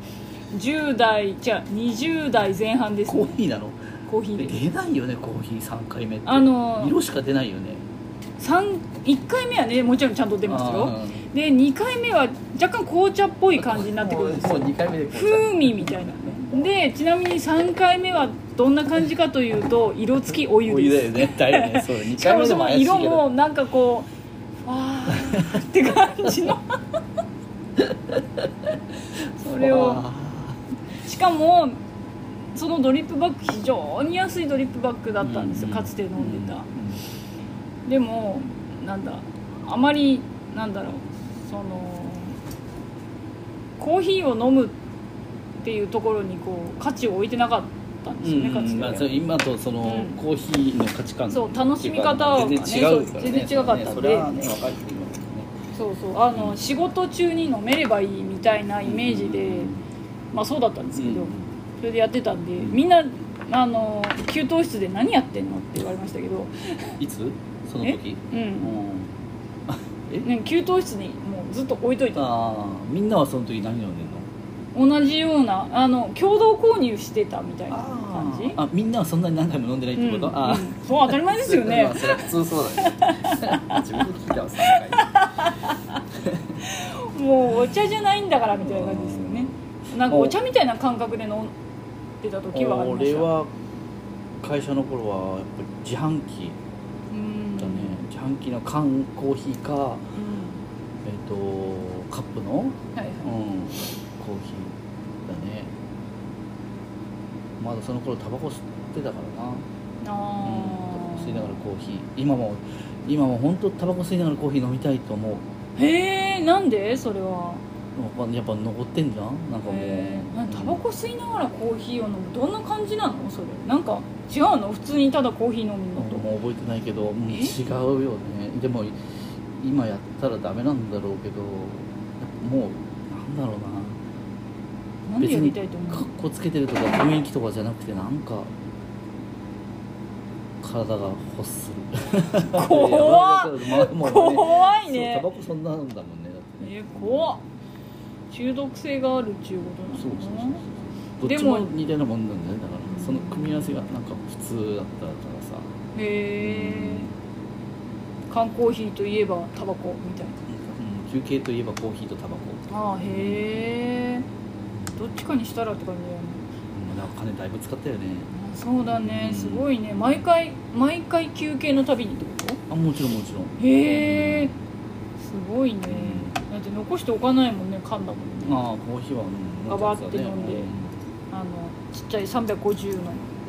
A: 10代じゃあ20代前半です
B: コ
A: ね
B: ーヒーなの
A: コーヒーで
B: 出ないよねコーヒー3回目って
A: あのー
B: 色しか出ないよね
A: 三1回目はねもちろんちゃんと出ますよ
B: あー
A: で2回目は若干紅茶っぽい感じになってくるんです
B: もう
A: よ
B: もう2回目でこう
A: 風味みたいなねでちなみに3回目はどんな感じかというと色付きお湯
B: お湯
A: で
B: だ
A: す
B: よねだよ
A: *laughs*
B: ねそう2
A: しか
B: 回
A: も
B: 目で
A: そ
B: も
A: の
B: 怪しいけど
A: 色もなんかこうわーって感じ
B: *laughs*
A: のそれを
B: あ
A: しかもそのドリップバッグ非常に安いドリップバッグだったんですよ
B: うん
A: かつて飲んで
B: う
A: たでもなんだあまりなんだろうそのコーヒーを飲むっていうところにこう価値を置いてなかったんで
B: う
A: すよね、
B: ん
A: かつて
B: ま
A: は
B: あ、そう今とその、
A: うん
B: コーヒーの価値観
A: そう楽しみ方はね
B: 全然違うからね
A: 全然違かったんで
B: それはね分かるけどね
A: そうそうあの、仕事中に飲めればいいみたいなイメージで、まあそうだったんですけど、
B: うん
A: それでやってたんでみんなあの給湯室で何やってんのって言われましたけど、
B: いつその時
A: う
B: うんん
A: ね、給湯室にもうずっと置いといた
B: ああみんなはその時何飲んでんの
A: 同じようなあの共同購入してたみたいな感じ
B: あーあみんなはそんなに何回も飲んでないっ
A: うん
B: てこと、ああ
A: うんそう当たり前ですよ
B: ま *laughs*
A: ね
B: あそれは普通そうだね自分で聞いたわ3回
A: もうお茶じゃないんだからみたいな感じですよねなんか
B: お
A: お茶みたいな感覚で飲んでた *laughs* 時はありまし
B: 俺
A: た
B: は会社の頃はやっぱり自販機
A: うん
B: だね、自販機の缶コーヒーか、
A: うん
B: えっとカップの、
A: はいはい
B: うん、コーヒーだねまだその頃タバコ吸ってたからな、うん、タバ
A: あ
B: コ吸いなが
A: ー
B: らコーヒー今も今も本当タバコ吸いながらコーヒー飲みたいと思う
A: へえんでそれは
B: やっぱやっぱ残ってんじゃんなんかもう
A: へータバコ吸いながらコーヒーを飲むどんな感じなのそれなんか違うの普通にただコーヒー飲む
B: な
A: の
B: んか
A: と
B: もう覚えてないけど、うん
A: え
B: 違うよねでも今やったらダメなんだろうけどもうなんだろう
A: なんでやりたいと思
B: な
A: う
B: 格
A: の
B: 好つけてるとか雰囲気とかじゃなくてなんか体が欲する
A: 怖っ
B: *laughs* いやまあまあもう
A: 怖い
B: ね
A: ね
B: そうタバコそんななんだもんねだって
A: え
B: ね
A: ー怖っ中毒性があるっちゅうことなの
B: そうそうそう
A: かな
B: そうどっち
A: で
B: も
A: も
B: 似たようなもんなんだよねだか
A: うん
B: らその組み合わせがなんか普通だったからさ
A: へえ缶コーヒーといえばタバコみたい
B: うん休憩といえばコーヒーとタバコ
A: なああへえどっちかにしたらって感じだよね
B: うんなんか金だいぶ使ったよね
A: あそうだねすごいね毎回毎回休憩のたびにってこと
B: あもちろんもちろん
A: へえすごいねだって残しておかないもんね噛んだもんね
B: ああコーヒーはうん
A: ガバって飲んであのちっちゃい350の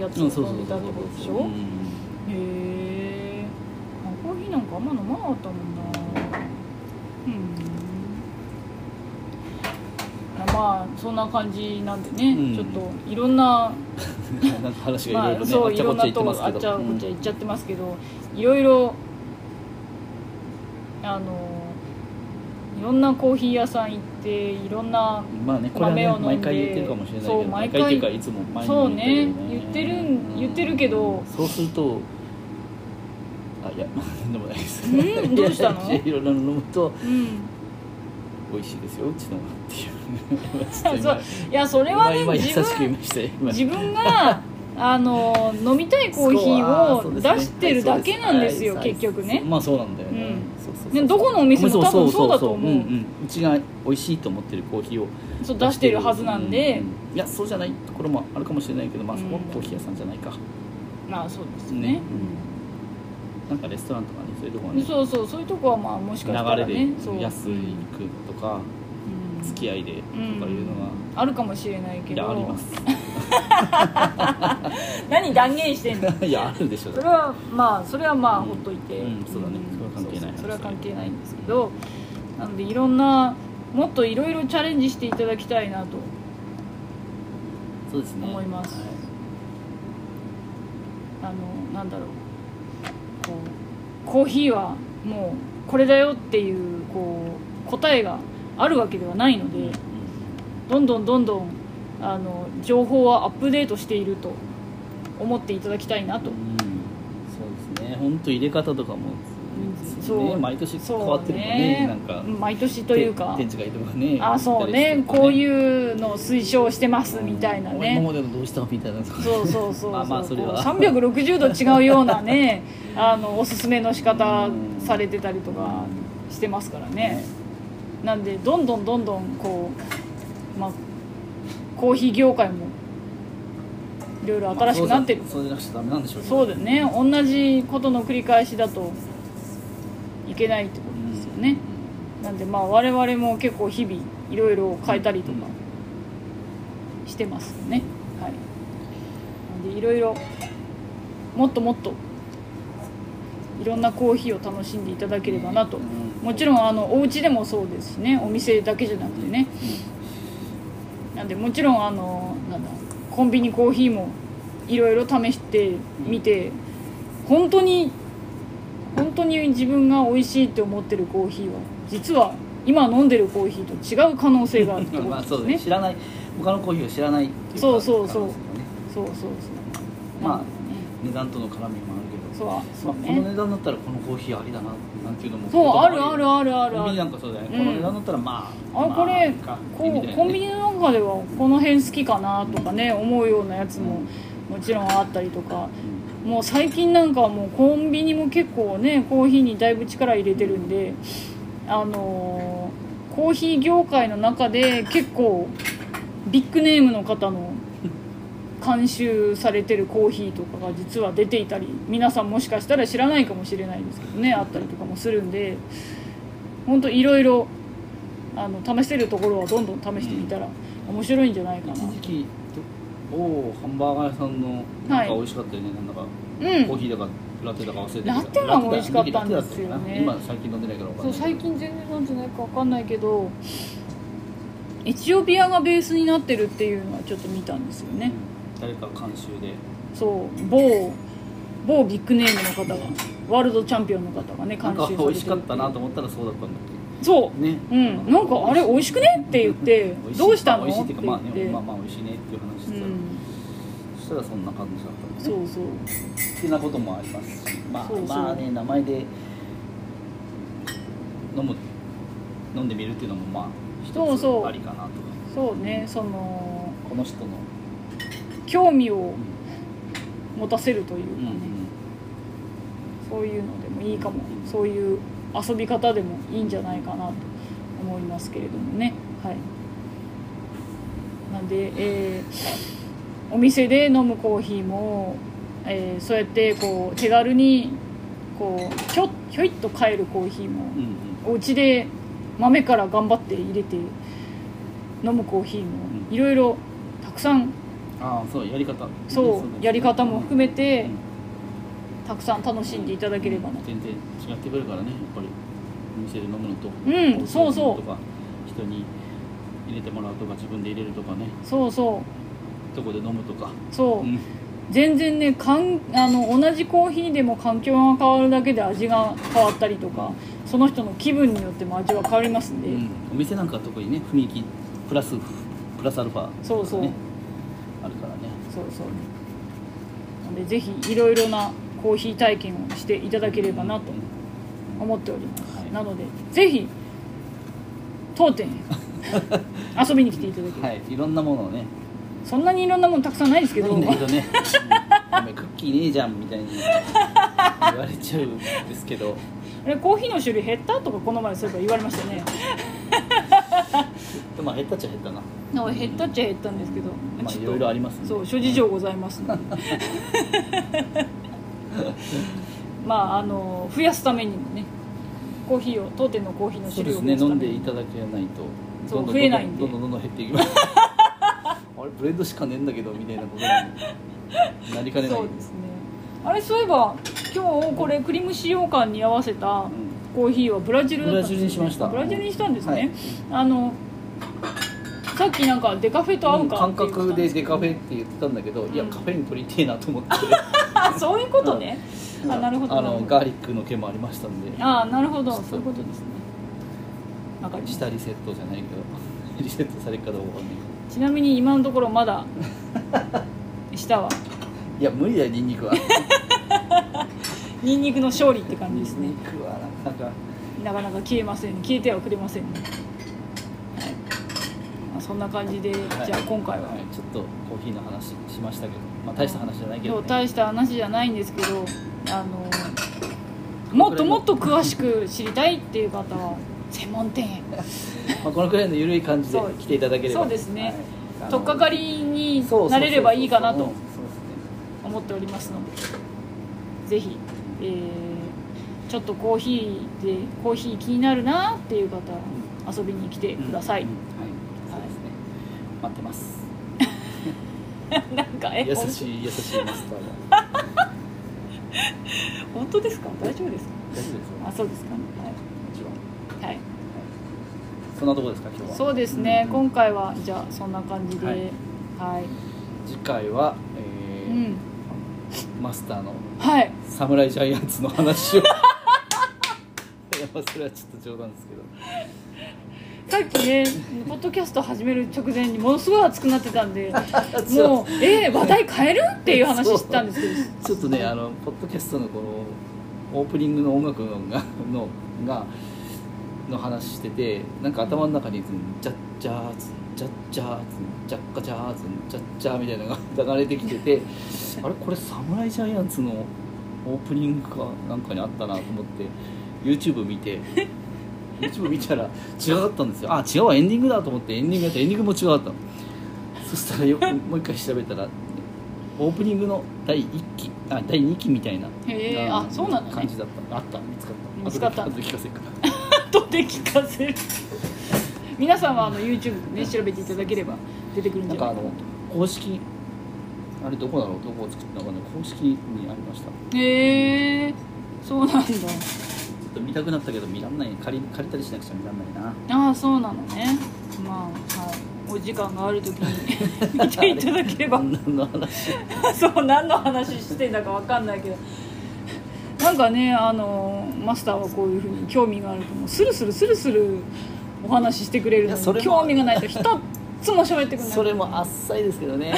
A: やつ
B: うん、そう
A: を飲
B: そうそうん
A: で
B: そ
A: た
B: う
A: ってことでし
B: そうう
A: ょ
B: ん
A: へえコーヒーなんかあんま飲まなかったもんなうんまあそんな感じなんでね、
B: うん
A: ちょっといろんな
B: なんか話が
A: ま
B: い
A: あ、
B: ろいろね、
A: そ
B: あ
A: う
B: っ
A: い
B: ちゃこ
A: ろんな
B: っちゃ言って
A: とこ
B: ます
A: あ
B: け
A: っ
B: ど
A: ちゃこっちゃ行っちゃってますけど、いろいろあのいろんなコーヒー屋さん行っていろんな
B: うんまあねこれはね
A: 豆を飲んで
B: 毎回言ってるかもしれないけ
A: そ
B: ど
A: う毎
B: 毎
A: 回
B: 回っていうかいつも毎
A: そう
B: 日
A: ね
B: 言ってる
A: 言って
B: よ
A: るん言ってるけど
B: うんそうするとあいや *laughs* なんでもないです
A: んどうしたの
B: *laughs* いやいろんなの飲むと
A: うん
B: 美味しいですようちのはっていうちょ
A: *laughs* そ
B: っと今
A: ういやそれはね
B: 今今優し
A: 自
B: く言い
A: 分
B: ましたよ *laughs* 今
A: 自分があの飲みたいコーヒーを出してるだけなんですよ、
B: はい
A: 結局
B: そ
A: ね
B: うまあそうなんだよね,、
A: うん
B: そうそうそ
A: ね
B: う
A: どこのお店も多分そうだと思うん
B: んうちが美味しいと思ってるコーヒーを
A: そう出してるはずなんで、
B: うんうんいやそうじゃないところもあるかもしれないけどまあそこは
A: うん
B: コーヒー屋さんじゃないか、
A: まあそうですよね
B: うんなんかレストランとかねそういうところ
A: うん
B: ね
A: そうそうそういうとこはまあもしかしたら
B: 流れで
A: ねそう
B: 安いくとか、
A: うん
B: 付き合いでとかいうのは、
A: あるかもしれないけ
B: いや
A: ど
B: あります
A: 何断言してんの
B: *laughs* いやあるでしょ
A: それはまあそれはまあほっといて、
B: うんそうだねそれは関係な
A: そ
B: い
A: うそうそれは関係ないんですけどなのでいろんなもっといろいろチャレンジしていただきたいなと
B: そうですね
A: 思います
B: はい
A: あのなんだろうこうコーヒーはもうこれだよっていうこう答えがあるわけではないので、どんどんどんどんあの情報はアップデートしていると思っていただきたいなと
B: うん、そうですね本当入れ方とかも
A: そう
B: ね毎年変わってるもんねなんか
A: うん毎年というか
B: て天地がいるとかね
A: あそうねこういうのを推奨してますみたいな
B: うん今
A: ね
B: までのどうしたみたいなとか
A: そうそうそうそう
B: まあまあそれ
A: こ
B: は
A: う360度違うような
B: *laughs*
A: ねあのおすすめの仕方されてたりとかしてますからねなんでどんどんどんどんこうまあコーヒー業界もいろいろ新しくなってる
B: まあそうじゃそうじゃなくちゃダメなんでしょうけど
A: そうだよね同じことの繰り返しだといけないってことですよね、なんでまあ我々も結構日々いろいろ変えたりとかしてますよねはいなんでいろいろもっともっといろんなコーヒーを楽しんでいただければなともちろんあのお家でもそうですしねお店だけじゃなくてねなんでもちろんあのなんだコンビニコーヒーもいろいろ試してみて本当に本当に自分が美味しいって思ってるコーヒーは実は今飲んでるコーヒーと違う可能性があるって
B: うん
A: こ
B: *laughs* ま
A: と
B: あ
A: で
B: そ
A: す
B: うだね
A: ね
B: 知らない他のコーヒーを知らないっていう
A: そうそうそう
B: 可能性がね
A: そうそうそう
B: まあ
A: ね
B: 値段との絡みもあるけ
A: そ
B: ど
A: うそ
B: ま
A: う
B: あこの
A: ね
B: 値段だったらこのコーヒーありだななんていうのも
A: そうあるあるあるある
B: コン
A: あ
B: ビニ
A: る
B: なんかそうだよね、
A: うん
B: この値段だったらまあ
A: あ
B: ま
A: これ
B: か
A: こ
B: みたいなね
A: うコンビニの中ではこの辺好きかなとかね思うようなやつももちろんあったりとかもう最近なんかはもうコンビニも結構ねコーヒーにだいぶ力入れてるんであのーコーヒー業界の中で結構ビッグネームの方の監修されてるコーヒーとかが実は出ていたり皆さんもしかしたら知らないかもしれないんですけどねあったりとかもするんで本当いろいろあの試せるところはどんどん試してみたら面白いんじゃないかな
B: 一時期おおハンバーガー屋さんのなんか美味しかったよね、なんだか
A: うん
B: コーヒーだかラテだか忘れて
A: ラテが美味しかったんですよね
B: ラテだ今最近飲んでないからわかん
A: そ
B: な
A: う最
B: い
A: 近全然なんじゃないかわかんないけどエチオピアがベースになってるっていうのはちょっと見たんですよね
B: 誰か監修で
A: そう某某ビッグネームの方がワールドチャンピオンの方がね
B: な
A: 監
B: ん
A: 修さ
B: か
A: れて
B: 美味しかったな
A: と
B: と思ったらそうだったんだ
A: そ
B: けどね
A: ううんなんかあれ美味しくねって言って
B: *laughs* 美味い
A: どうしたの
B: 美味しい
A: っ
B: って
A: て
B: いう
A: 言
B: かまあ
A: って
B: ねまあまあ美味しいねっていう話し
A: う
B: てたら、
A: ん
B: そしたらそんな感じだったんです
A: そうそう
B: ってなこともありますしまあ
A: そうそう
B: まあね名前で飲む飲んでみるっていうのもまあ一
A: そうそう
B: つありかなとか
A: そうねその
B: この人の
A: 興味を
B: うん
A: 持たせるという
B: う
A: か
B: ん
A: ね、
B: うん
A: そういうのでもいいかもそういう遊び方でもいいんじゃないかなと思いますけれどもねはいなんで、えーお店で飲むコーヒーも、えーそうやってこう手軽にこうひょひょいっと買えるコーヒーも、
B: うんうん
A: お家で豆から頑張って入れて飲むコーヒーもいろいろたくさん
B: ああそうやり方
A: そうやり方も含めて
B: うん
A: たくさん楽しんでいただければな
B: 全然違ってくるからねやっぱりお店で飲むのと
A: うん
B: お家で飲む
A: そうそう
B: とか人に入れてもらうとか自分で入れるとかね
A: そうそ
B: とこで飲むとか
A: うそう、
B: うん
A: 全然ねかんあの同じコーヒーでも環境が変わるだけで味が変わったりとかその人の気分によっても味は変わりますんで、
B: うんお店なんかは特にね雰囲気プラスプラスアルファ
A: そうそう
B: ねあるからね
A: そうそうなのでぜひいろいろなコーヒー体験をしていただければなと思っております、
B: はい
A: なのでぜひ当
B: *laughs*
A: 店へ遊びに来ていただければ、
B: はいいろんなものをね
A: そんなにいろんなものたくさんないですけど
B: ないんだけど
A: *laughs*
B: ねうんお前クッキーねえじゃんみたいに言われちゃうんですけど
A: あれコーヒーの種類減ったとかこの前そういえば言われましたね
B: でもまあ減ったっちゃ減ったな
A: なんか減ったっちゃ減ったんですけど、
B: まあ
A: ちょっと
B: いろいろありますね
A: そう諸事情ござい
B: *laughs*
A: ますのでまああの増やすためにもねコーヒーを当店のコーヒーの
B: そ
A: 種
B: うで
A: 類
B: す
A: を増やすた
B: ね飲ん
A: め
B: で
A: に
B: いただけないと
A: そう
B: どんどん
A: 増えないんで
B: どんどんどんどん減っていきます
A: *laughs*
B: あれブレンドしかねえんだけどみたいなことになりかねない
A: そうですねあれそういえば今日これクリーム使用感に合わせたコーヒーはブラジルだったんですよね
B: ブラジルにしました
A: ブラジルにしたんですね、
B: はい
A: あのさっきなんかデカフェと合うか
B: 感
A: って言ってたん
B: 覚ですデカフェって言ってたんだけど、いや
A: うん
B: カフェイン取りてえな
A: *laughs*
B: と思って
A: あそういうことね、あなるほど
B: あ
A: なるほ
B: の
A: ど
B: ガーリックの件もありましたんで
A: ああなるほどそういうことですねわかりました
B: 下リセットじゃないけど *laughs* リセットされるかどうかわかんないけ
A: ちなみに今のところま *laughs* だ下は
B: どいや無理だよニンニクは
A: ニンニクの勝利って感じです
B: ニン
A: ね
B: ニクはなか
A: な
B: なか
A: かなか消えません消えてはくれませんね、はいまあ、そんな感じで、
B: い
A: じゃあ今回は、
B: いちょっとコーヒーの話しましたけど、まあ、大した話じゃないけ
A: 今
B: ど、
A: 日
B: ね、
A: 大した話じゃないんですけどあのもっともっと詳しく知りたいっていう方は専門店へ
B: まあ、このくらいの緩い感じで
A: そう
B: 来ていただければ
A: そうですね
B: はい
A: 取っかかりになれればいいかなと思っておりますのでぜひ、えーちょっとコーヒーでコーヒー気になるなっていう方は遊びに来てください、
B: うんはいそうですね待って
A: *laughs* な
B: ます
A: んかえ
B: 優
A: ほん
B: しい優しいマスターが
A: 本当ですか大丈夫ですか
B: 大丈夫ですよ
A: あそうですか
B: もちろん
A: はい、はい、
B: そんなとこですか今日は
A: そうですね、
B: うん
A: 今回はじゃあそんな感じでは
B: はい
A: い、
B: 次回は、え
A: う
B: ー
A: ん
B: マスターの
A: はい
B: 侍ジャイアンツの
A: *laughs*
B: 話をいやまあそれはちょっと冗談ですけど
A: さっきねポッドキャスト始める直前にものすごい熱くなってたん
B: *laughs*
A: でもう「えー、話題変える?」っていう話してたんですけど
B: *laughs* ちょっとねあのポッドキャストのこのオープニングの音楽のがのがの話しててなんか頭の中に「ジャッジャーズジャッジャーズジャッカジャーズジャッジャー」みたいなのが *laughs* 流れてきててあれこれ侍ジャイアンツのオープニングかなんかにあったなと思って YouTube 見て YouTube 見たら違かったんですよあ違うわエンディングだと思ってエンディングやったエンディングも違かったのそしたらよくもう一回調べたらオープニングの第1期あ第2期みたいな
A: へえあそうなんだ
B: 感
A: ね
B: じだったあった見つかった
A: 見つかった
B: 後で後で聞かせるから
A: とで聞かせる皆さんはあの YouTube で、ね、調べていただければ出てくるん
B: な
A: じ
B: ん
A: ゃな
B: か
A: いか
B: あ
A: な
B: の公式あれどこだろうどこを作ったのかね公式にありましたちょ
A: へえそうなんだ
B: っと見たくなったけど見らんない借り借りたりしなくちゃ見らんないな
A: ああそうなのねまあはいお時間がある時
B: *laughs*
A: に見ていただければ
B: 何の話
A: そう何の話してんだかわかんないけどなんかねあのマスターはこういうふうに興味があるともうスルスルスルスルお話ししてくれるの
B: いやそ
A: に
B: れも
A: 興味がないと一つも喋ってくれない
B: それもあっさいですけどね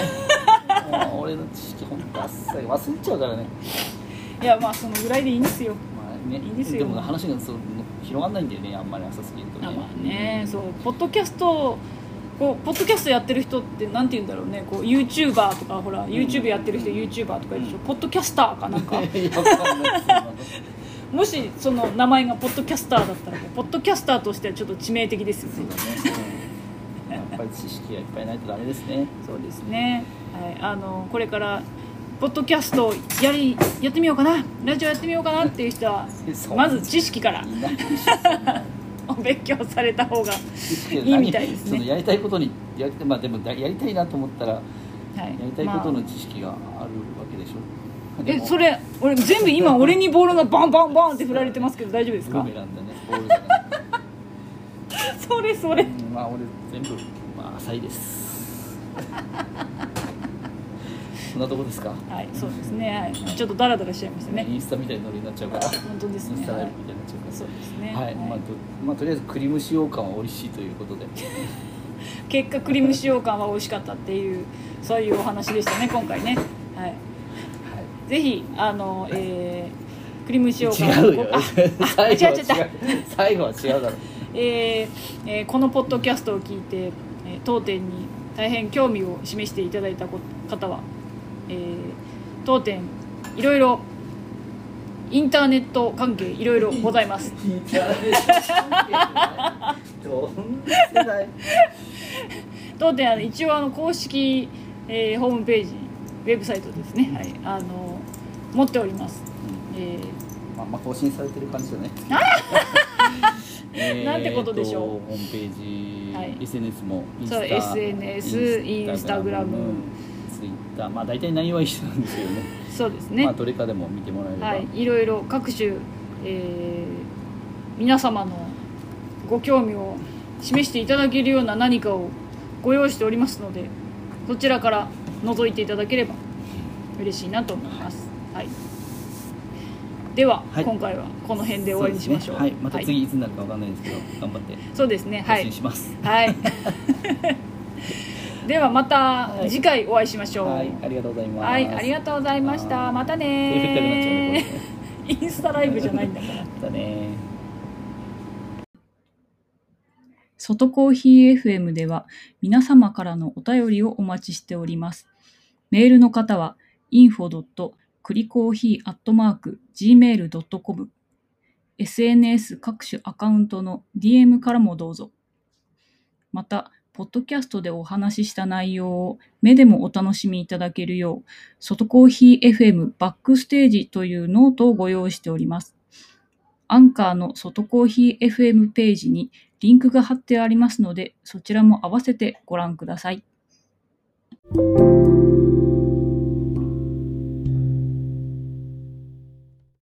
B: もう俺の知識ほんとあっさい忘れちゃうからね,、
A: いやまあそのぐらいでいいんですよ
B: まあ、ね
A: いいですよ
B: でも話がそう広がんないんだよねあんまり浅すぎるとね
A: あまあねそうポッドキャストこうポッドキャストやってる人ってなんて言うんだろうねこう YouTuber とかほら YouTube やってる人 YouTuber とかいるでしょ、
B: うん
A: ポッドキャスターかなん
B: *laughs*
A: か
B: *laughs* いやわかんないです
A: もしその名前がポッドキャスターだったらポッドキャスターとしてはちょっと致命的ですよ
B: そう
A: ね
B: だね。うんっぱり知識がいっぱいないとダメですね
A: そうですね、はい、あのこれからポッドキャストやりやってみようかなラジオやってみようかなっていう人は
B: そんな
A: まず知識から
B: みんな
A: *laughs* お勉強された方が、は
B: 知
A: いいみたいですね
B: そのやりたいことにやりたいまあでもだやりたいなと思ったらや
A: い、
B: りたいこと
A: ま
B: の
A: あ
B: 知識があるわけでしょ、で
A: え
B: も
A: それ俺全部今俺にボールがバンバンバンって振られてますけど大丈夫です
B: ブー
A: か
B: メラン
A: *laughs*
B: だねボールだね
A: それそれ
B: うんまあ俺全部まあ浅いです
A: *laughs*
B: そんなとこですか、
A: はいそうですね、はい、ちょっとダラダラしちゃいましたね
B: インスタみたいなノリになっちゃうから
A: 本当です
B: インス
A: ね
B: タ
A: は
B: ライ
A: い
B: ブみたいになっちゃうから
A: そうですね、
B: はい、まあ、どまあ、とりあえず栗蒸し羊羹は美味しいという
A: *laughs*
B: ことで。
A: 結果クリーム使用感は美味しかったっていうそういうお話でしたね今回ねはい
B: は
A: ぜひあのえー、クリーム使用感
B: い、違うよ
A: あ。
B: 最後は
A: 違う違う
B: 違う *laughs* 最後は違うだろ
A: えーえーこのポッドキャストを聞いて、えー当店に大変興味を示していただいたこ方は、えー当店いろいろインターネット関係いろいろござい
B: *laughs*
A: ます
B: 聞いちゃうでしょ。どんな世代。
A: 当店あの一応あの公式、えーホームページウェブサイトですね、はい、あの持っております、え
B: まあ、まあ、更新されてる感じだね。え
A: *laughs*
B: ー
A: なんてことでしょう
B: ホームページ、
A: はい
B: SNS もインス
A: そう
B: タ
A: SNS インスタグラム
B: ツイッターまあ大体内容は一緒なんですけどね
A: ーそうですね、
B: まあどれかでも見てもらえれば、
A: はい、いろいろ各種、えー皆様のご興味を示していただけるような何かをご用意しておりますのでそちらから覗いていただければ嬉しいなと思います、はい、では、
B: はい
A: 今回はこの辺で終わりにしましょう
B: そですねはい、また次いつになるかわかんないですけど、頑張って
A: そうですねは
B: 更
A: い
B: 新、します、
A: はい
B: *laughs*
A: ではまた
B: はい
A: 次回お会いしましょう
B: はい、ありがとうございます。
A: はい、ありがとうございました
B: はい
A: また
B: テレビ痛くなっちゃうね
A: ね
B: これね。
A: *laughs* インスタライブじゃないんだから
B: だね。
A: 外コーヒー FM では皆様からのお便りをお待ちしております。メールの方は info.cricoffee.gmail.com SNS 各種アカウントの DM からもどうぞ。また、ポッドキャストでお話しした内容を目でもお楽しみいただけるよう、外コーヒー FM バックステージというノートをご用意しております。アンカーの外コーヒー FM ページにリンクが貼ってありますので、そちらも合わせてご覧ください。